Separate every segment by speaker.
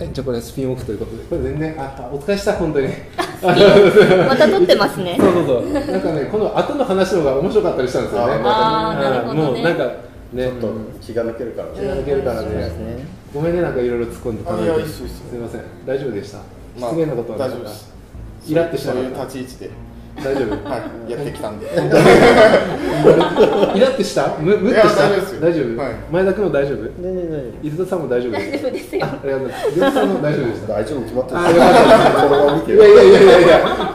Speaker 1: えじゃあこれスピンオフということでこれ全然あお疲れした本当に
Speaker 2: また撮ってますね
Speaker 1: そうそうそうなんかねこの後の話の方が面白かったりしたんですよね
Speaker 2: あーなるほどね
Speaker 1: もうなんかね
Speaker 3: ちょっと気が抜けるから
Speaker 1: 気
Speaker 3: ね
Speaker 1: が抜けるから
Speaker 2: そうですね
Speaker 1: ねごめんねなんかいろいろ突っ込んでたのに
Speaker 3: あいやいいっすいいっす
Speaker 1: すみません大丈夫でした失礼なことはな
Speaker 3: 大
Speaker 1: か
Speaker 3: 丈
Speaker 1: っ
Speaker 3: 夫
Speaker 1: た
Speaker 3: です
Speaker 1: イラッとしな
Speaker 3: そ
Speaker 1: か
Speaker 3: う
Speaker 1: っ
Speaker 3: いう
Speaker 1: た
Speaker 3: 立ち位置で、
Speaker 1: 大丈夫
Speaker 3: はい、やってきたんで
Speaker 1: イラッとしたむむっ
Speaker 3: い
Speaker 1: と
Speaker 3: や
Speaker 1: した
Speaker 3: 大丈夫ですよ
Speaker 1: 大丈夫
Speaker 3: はい
Speaker 1: 前田君も大丈夫
Speaker 4: 全然大丈
Speaker 1: 伊豆田さんも大丈夫
Speaker 2: 大丈夫ですよ
Speaker 1: あありがとうございます伊豆田さんも大丈夫でした
Speaker 3: 大丈夫決まって
Speaker 1: あよか
Speaker 3: るこのまま見て
Speaker 1: いやいやいや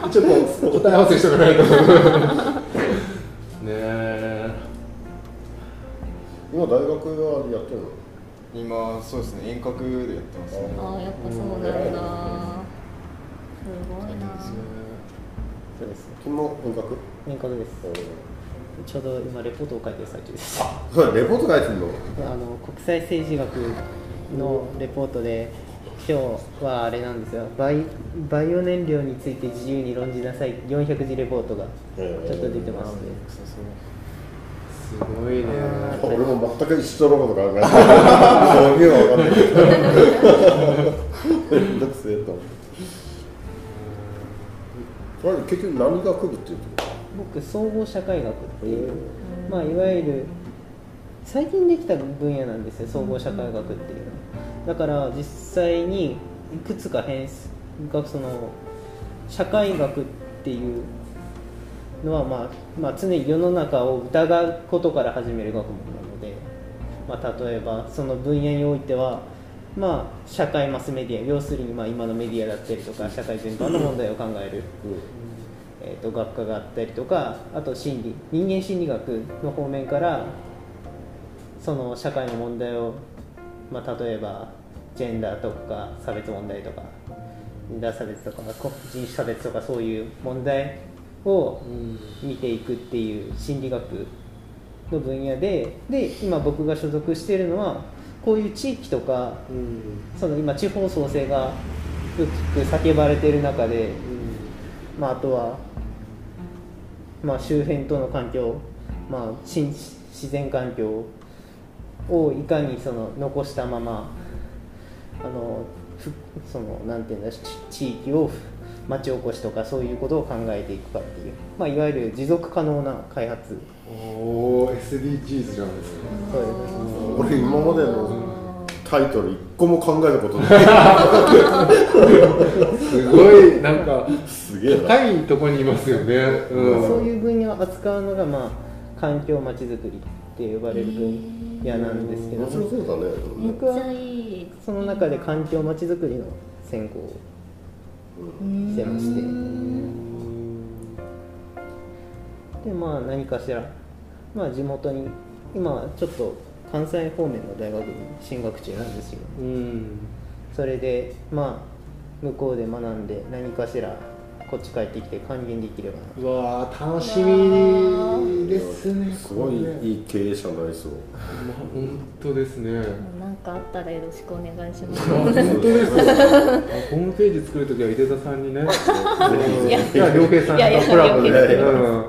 Speaker 1: いやいや、ちょっと答え合わせしておかない と。ねえ。
Speaker 5: 今大学はやってるの
Speaker 3: 今そうですね遠隔でやってますね
Speaker 2: ああやっぱそうなんだす
Speaker 4: 夫そうです
Speaker 5: 君も遠隔
Speaker 4: 遠隔ですちょうど今レポートを書いてる最中ですあ
Speaker 5: そうレポート書いてんの
Speaker 4: の国際政治学のレポートで今日はあれなんですよバイバイオ燃料について自由に論じなさい400字レポートがち
Speaker 5: へー
Speaker 4: ょっと出てますね
Speaker 1: すごいね。
Speaker 5: あ俺も全く一緒のこと考 えてる意味は分かんないけどめ んどくせえと思ってあれ結局何学部っていうと
Speaker 4: 僕総合社会学っていう、まあ、いわゆる最近できた分野なんですよ総合社会学っていうのはだから実際にいくつか変数がその社会学っていうのは、まあまあ、常に世の中を疑うことから始める学問なので、まあ、例えばその分野においては、まあ、社会マスメディア要するにまあ今のメディアだったりとか社会全般の問題を考える。えー、と学科があったりとかあと心理人間心理学の方面からその社会の問題を、まあ、例えばジェンダーとか差別問題とかジェンダー差別とかこ人種差別とかそういう問題を見ていくっていう心理学の分野でで今僕が所属しているのはこういう地域とかその今地方創生がよく叫ばれている中で。まあ、あとは、まあ、周辺との環境、まあ、新自然環境をいかにその残したままあのふそのなんていうんだち地域を町おこしとかそういうことを考えていくかっていう、まあ、いわゆる持続可能な開発
Speaker 1: おおー、SDGs じゃないですか。
Speaker 4: そういう
Speaker 5: 俺今までのタイトル一個も考えたことない
Speaker 1: すごいなんか
Speaker 5: すげえな
Speaker 1: 高いとこにいますよね。うん。
Speaker 4: そういう分野を扱うのが、まあ、環境まちづくりって呼ばれる分野なんですけど
Speaker 5: 面白そうだね
Speaker 2: めっちゃいい
Speaker 4: その中で環境まちづくりの専攻をしてましてでまあ何かしら、まあ、地元に今はちょっと関西方面の大学に進学中なんですよ
Speaker 1: うん。
Speaker 4: それでまあ向こうで学んで何かしらこっち帰ってきて還元できればな
Speaker 1: うわあ、楽しみですね。
Speaker 5: すごい
Speaker 1: これね
Speaker 5: いい経営者になりそう
Speaker 1: 本当ですね。
Speaker 2: なんかあったらよろしくお願いし ま
Speaker 1: あ
Speaker 2: す。
Speaker 1: 本当ですよ。あホームページ作るときは井出田さんに ね。いや、良平さん
Speaker 2: いやいや
Speaker 1: とコラボ
Speaker 5: 良
Speaker 1: で。
Speaker 5: 平さん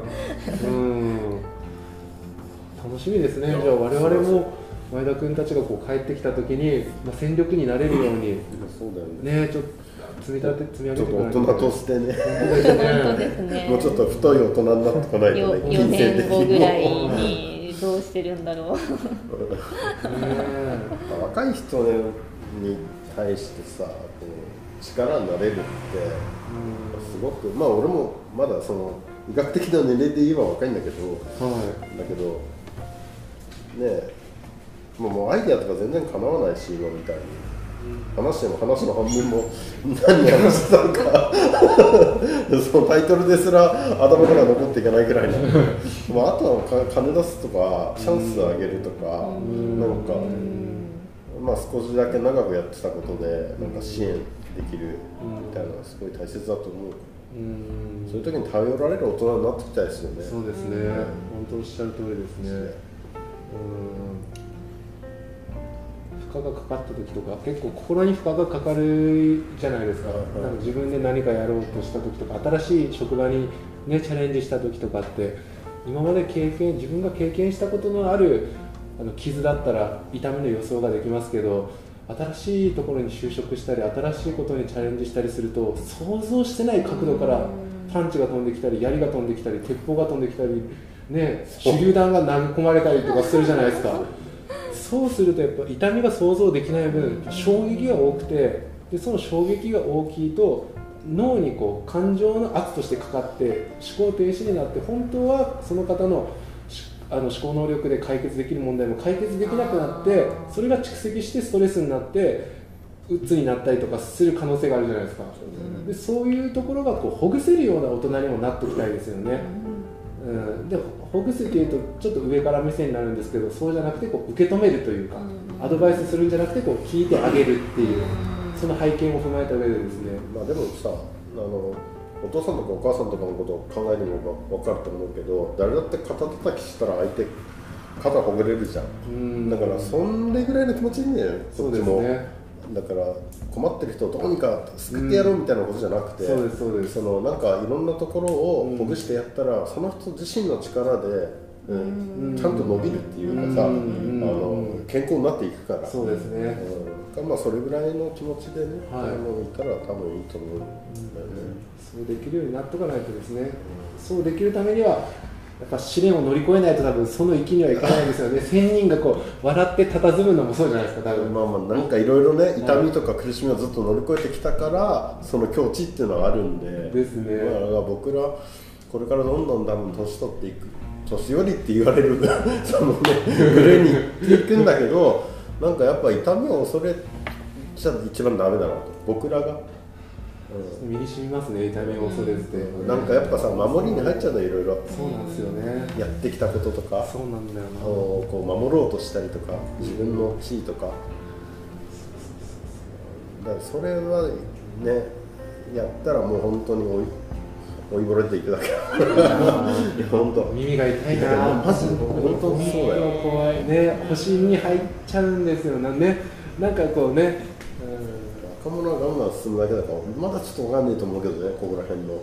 Speaker 1: うんうん楽しみですね。じゃあ我々も前田君たちがこう帰ってきたときに、まあ戦力になれるように
Speaker 5: そうだよね
Speaker 1: ね、ちょっと積み立て積み上
Speaker 5: ち
Speaker 1: げ
Speaker 5: ょってと
Speaker 1: いかない
Speaker 5: 大人としてね
Speaker 2: 本当ですね。
Speaker 5: もうちょっと太い大人になってこないと
Speaker 2: よ
Speaker 5: ね
Speaker 2: 4
Speaker 5: 金銭的
Speaker 2: 年後
Speaker 5: に
Speaker 2: ぐ
Speaker 5: も
Speaker 2: らいにどうしてるんだろう。
Speaker 1: ね
Speaker 5: 若い人に対してさこう力になれるってすごくまあ俺もまだその医学的な年齢で言えば若いんだけど
Speaker 1: は
Speaker 5: だけどねえもうもうアイデアとか全然かなわないし今みたいに話しても話の半分も何話してたのか そのタイトルですら頭から残っていかないぐらいのまああとはか金出すとかチャンスあげるとかなんかまあ少しだけ長くやってたことでなんか支援できるみたいなのがすごい大切だと思
Speaker 1: い。
Speaker 5: う
Speaker 1: うん。
Speaker 5: そういう時に頼られる大人になってきたいですよね
Speaker 1: そうですね。本当おっしゃる通りですね。うん。負荷がかかった時とか、結構心に負荷がかかるじゃないですか。
Speaker 5: はいはい
Speaker 1: なんか自分で何かやろうとした時とか、新しい職場にねチャレンジした時とかって、今まで経験自分が経験したことのあるあの傷だったら痛みの予想ができますけど。新しいところに就職したり新しいことにチャレンジしたりすると想像してない角度からパンチが飛んできたり槍が飛んできたり鉄砲が飛んできたり、ね、手榴弾が投げ込まれたりとかするじゃないですかそうするとやっぱ痛みが想像できない分衝撃が多くてでその衝撃が大きいと脳にこう感情の圧としてかかって思考停止になって本当はその方のしあの思考能力で解決できる問題も解決できなくなってそれが蓄積してストレスになって鬱になったりとかする可能性があるじゃないですかでそういうところがこうほぐせるような大人にもなってきたいですよね、うん、でほぐすっていうとちょっと上から目線になるんですけどそうじゃなくてこう受け止めるというかアドバイスするんじゃなくてこう聞いてあげるっていうその背景も踏まえた上でですね
Speaker 5: まあでもさあのお父さんとかお母さんとかのことを考えてみれば分かると思うけど誰だって肩叩きしたら相手肩ほぐれるじゃん、
Speaker 1: うん
Speaker 5: だからそんれぐらいの気持ちいいんだよ
Speaker 1: そ
Speaker 5: こ
Speaker 1: う
Speaker 5: っ
Speaker 1: で
Speaker 5: ち
Speaker 1: す
Speaker 5: も、
Speaker 1: ね
Speaker 5: だから困ってる人をどうにか救ってやろうみたいなことじゃなくて、
Speaker 1: そうですそうです
Speaker 5: そのなんかいろんなところをほぐしてやったら、その人自身の力で、うん
Speaker 1: うん
Speaker 5: ちゃんと伸びるっていうかさ、
Speaker 1: うん
Speaker 5: あの健康になっていくから
Speaker 1: そうですね
Speaker 5: うんまあそれぐらいの気持ちでね、
Speaker 1: はい
Speaker 5: あのいたら多分いいと思うんだよね、
Speaker 1: そうできるようになっとかないとですねそうできるためにはやっぱ試練を乗り越えないと多分その域にはいかないんですよ ね仙人がこう笑って佇むのもそうじゃないですか多分
Speaker 5: まあまあなんかいろいろね痛みとか苦しみをずっと乗り越えてきたからその境地っていうのはあるんで
Speaker 1: ですね
Speaker 5: まあ、だから僕らこれからどんどん多分年取っていく年寄りって言われる そのねグレに行っていくんだけどなんかやっぱ痛みを恐れちゃ一番ダメだなと僕らが、
Speaker 1: 身に染みますね痛みを恐れずて
Speaker 5: うん、なんかやっぱさ守りに入っちゃうんだよいろいろ
Speaker 1: そうなんですよね
Speaker 5: やってきたこととか
Speaker 1: そうなんだよな
Speaker 5: あのこう守ろうとしたりとか自分の地位とか、だからそれはねやったらもう本当に追い追いぼれていくだけ いや本当
Speaker 1: 耳が痛い
Speaker 5: いや
Speaker 1: な
Speaker 5: マジ本当にそうだよ
Speaker 1: 怖いね星に入っちゃうんですよなねなんかこうねうん
Speaker 5: 若者は我慢進むだけだからまだちょっとわかんねえと思うけどねここら辺のも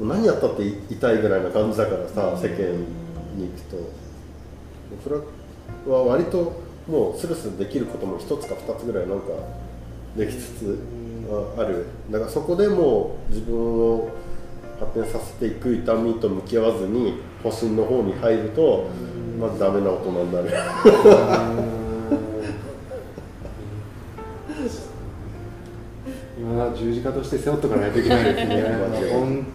Speaker 5: う何やったって痛いぐらいな感じだからさ世間に行くと僕らは割ともうスルスルできることも一つか二つぐらいなんかできつつああるだからそこでもう自分を発展させていく痛みと向き合わずに保身の方に入るとまずダメな大人になる
Speaker 1: 今は十字架として背負っとかないといけないですね本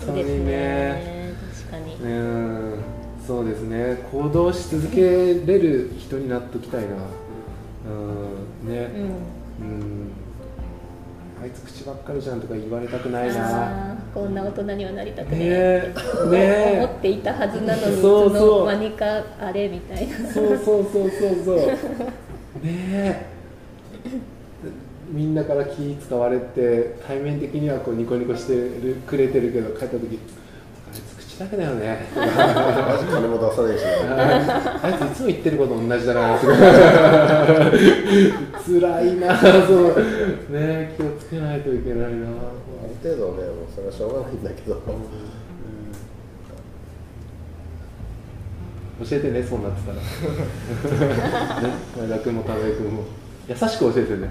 Speaker 1: 当
Speaker 2: そうです
Speaker 1: にね
Speaker 2: ね確かに
Speaker 1: うんそうですね行動し続けれる人になっときたいなうんね
Speaker 2: うん
Speaker 1: うんあいつ口ばっかりじゃんとか言われたくないな
Speaker 2: あーこんな大人にはなりたくないって
Speaker 1: ねえね
Speaker 2: 思
Speaker 1: え
Speaker 2: っていたはずなのに
Speaker 1: そうそう
Speaker 2: いつの間にかあれみたいな
Speaker 1: そうそうそうそうそうねえみんなから気使われて対面的にはこうニコニコしてるくれてるけど帰った時あいつ口だけだよね
Speaker 5: マジ金も出さないしな
Speaker 1: あいついつも言ってること同じだな辛いなそうね気をつけないといけないな
Speaker 5: ある程度はねもうそれはしょうがないんだけど、
Speaker 1: 教えてねそうなってたらね前田君も田辺君も優しく教えてね、うん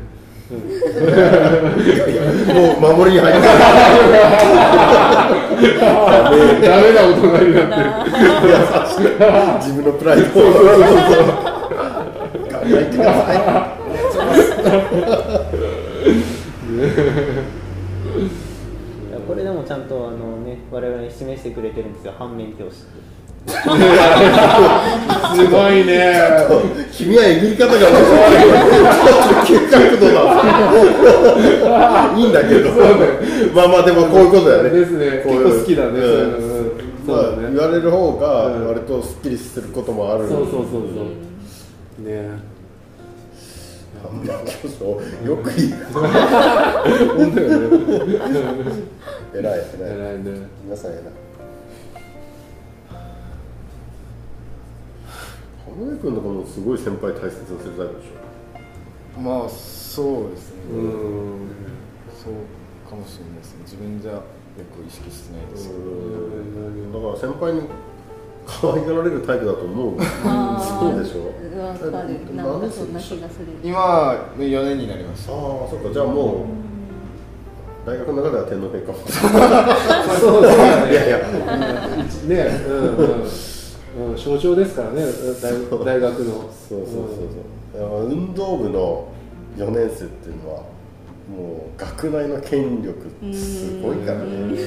Speaker 5: もう守りに入ってる
Speaker 1: ダメな大人になってる
Speaker 5: 自分のプライドを頑張ってくださ
Speaker 4: いやこれでもちゃんとあの、ね、我々に示してくれてるんですよ反面教師って
Speaker 1: すごいね
Speaker 5: い君はえぐり方が面白いちょっと結角度がいいんだけどまあまあでもこういうことだよね
Speaker 1: ですね
Speaker 5: こういう
Speaker 1: 結構好きだねそういうの
Speaker 5: うん
Speaker 1: うん
Speaker 5: ま
Speaker 1: そう
Speaker 5: あ
Speaker 1: だ
Speaker 5: 言
Speaker 1: ね
Speaker 5: われる方が
Speaker 1: うん
Speaker 5: 割とすっきりすることもある
Speaker 1: そうそうそう そうね
Speaker 5: 反面教師をよく言う
Speaker 1: 本当よね
Speaker 5: 偉い偉い
Speaker 1: 偉いね
Speaker 5: 皆さん偉い濱家君とかもすごい先輩大切にするタイプでしょ
Speaker 3: まあそうですね、
Speaker 1: うん
Speaker 3: そうかもしれないですね自分じゃよく意識してないですけど、
Speaker 5: だから先輩に可愛がられるタイプだと思う
Speaker 2: あー
Speaker 5: そうでしょ
Speaker 2: わかるなんかそんな気がする
Speaker 3: 今4年になりました
Speaker 5: ああそっかじゃあもう大学の中では天皇陛下も
Speaker 1: そうだね
Speaker 5: いやいや
Speaker 1: ねうんうんうん、象徴ですからね大大学の
Speaker 5: そうそうそうそう、運動部の4年生っていうのはもう学内の権力すごいからね
Speaker 1: うん伊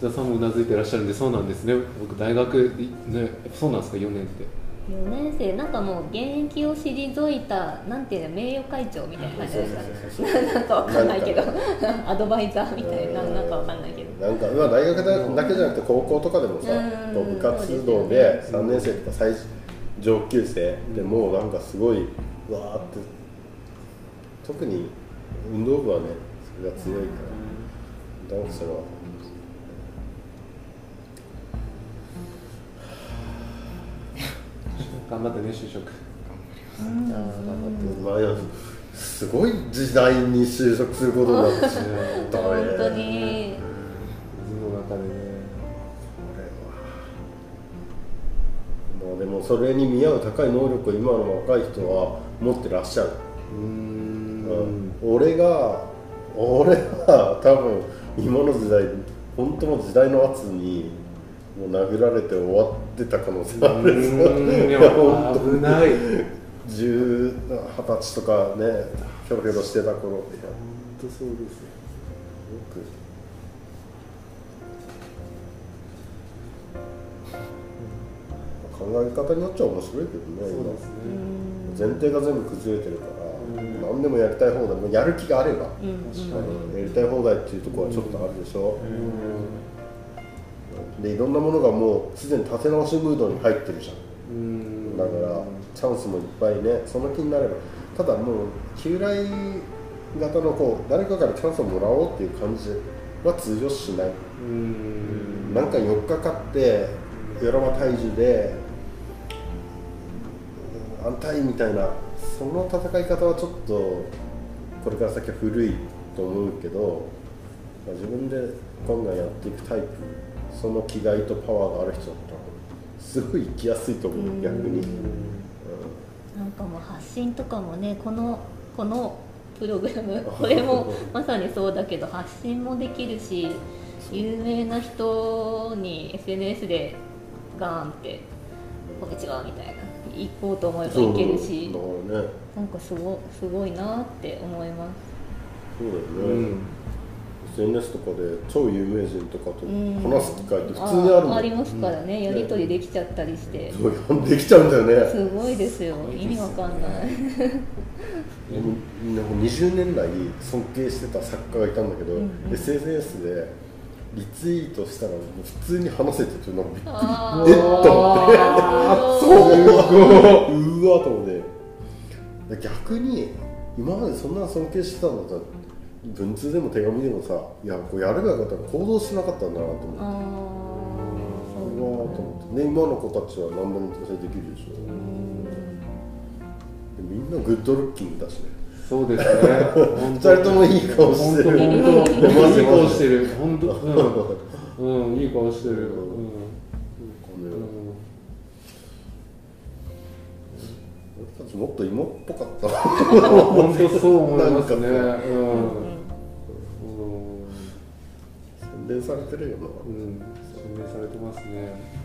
Speaker 1: 田さんもうなずいてらっしゃるんでそうなんですね僕大学いねそうなんですか4年って
Speaker 2: 4年生なんかもう現役を退いたなんていうの名誉会長みたいな感じですか
Speaker 5: そうそうそう
Speaker 2: ななんかわかんないけどアドバイザーみたいななんかわかんないけど
Speaker 5: なんかまあ大学だだけじゃなくて高校とかでもさ
Speaker 2: うん
Speaker 5: こう部活動で3年生とか最上級生でもうなんかすごいわーって特に運動部はねそれが強いから男子は
Speaker 1: 頑張ってね就職
Speaker 5: いやーなんかってまあいやすごい時代に就職することになってしまったね
Speaker 2: 本当に
Speaker 1: 水の中でね
Speaker 5: まあでもそれに見合う高い能力を今の若い人は持ってらっしゃる、
Speaker 1: うーん
Speaker 5: うん俺が俺は多分今の時代本当の時代の圧にもう殴られて終わってた可能性ある
Speaker 1: うーん
Speaker 5: い
Speaker 1: で
Speaker 5: や
Speaker 1: も
Speaker 5: 本
Speaker 1: 危ない
Speaker 5: 当10 20歳とかねひょろひょろしてた頃いや
Speaker 1: 本当そうですよ
Speaker 5: よく考え方になっちゃ面白いけどね
Speaker 1: そうですね
Speaker 5: 今前提が全部崩れてるから、何でもやりたい放題もうやる気があれば、
Speaker 1: 確かに
Speaker 5: やりたい放題っていうところはちょっとあるでしょ、でいろんなものがもうすでに立て直しムードに入ってるじゃん
Speaker 1: うーん
Speaker 5: だからチャンスもいっぱいねその気になればただもう旧来型のこう誰かからチャンスをもらおうっていう感じは通用しないう
Speaker 1: ーん
Speaker 5: なんか4日かってよろば退治でうん安泰みたいなその戦い方はちょっとこれから先は古いと思うけど、まあ自分でガンガンやっていくタイプその気概とパワーがある人だったらすごい生きやすいと思う逆に。
Speaker 2: なんかもう発信とかもねこのこのプログラムこれもまさにそうだけど発信もできるし有名な人に SNS でガーンって「こんにちは」みたいな行こうと思えば
Speaker 5: そう
Speaker 2: 行けるし
Speaker 5: だからね
Speaker 2: なんかすごすごいなって思います
Speaker 5: そうだよ
Speaker 1: う
Speaker 5: ね、
Speaker 1: ん
Speaker 5: SNS とかで超有名人とか
Speaker 2: う
Speaker 5: と
Speaker 2: ん
Speaker 5: 話す機会って普通にあるもん
Speaker 2: ありますからねやり取りできちゃったりして
Speaker 5: そう呼んできちゃうんだよね
Speaker 2: すごいですよ意味わかんない
Speaker 5: でもでも20年来尊敬してた作家がいたんだけど、
Speaker 2: うんうん
Speaker 5: SNS でリツイートしたらもう普通に話せててなんかびっくり
Speaker 2: あ
Speaker 5: えっ
Speaker 2: ー
Speaker 5: そううわと思って逆に今までそんな尊敬してたんだったら文通でも手紙でもさいやこうやればよかったら行動しなかったんだなと思って
Speaker 2: あーそう
Speaker 5: うわーと思ってね今の子たちは何でも達成できるでしょでみんなグッドルッキングだしね
Speaker 1: そうですね本
Speaker 5: 2人ともいい顔
Speaker 1: 本
Speaker 5: して
Speaker 1: 当
Speaker 5: る
Speaker 1: 本当
Speaker 5: マジ
Speaker 1: いい顔して
Speaker 5: る
Speaker 1: る本当うん、うん、いい顔してるうん、うん
Speaker 5: 俺たちもっと芋っぽかったな
Speaker 1: 本当そう思いますね
Speaker 5: なん
Speaker 1: うん
Speaker 5: 洗練されてるよな
Speaker 1: うん、うん、証明されてますね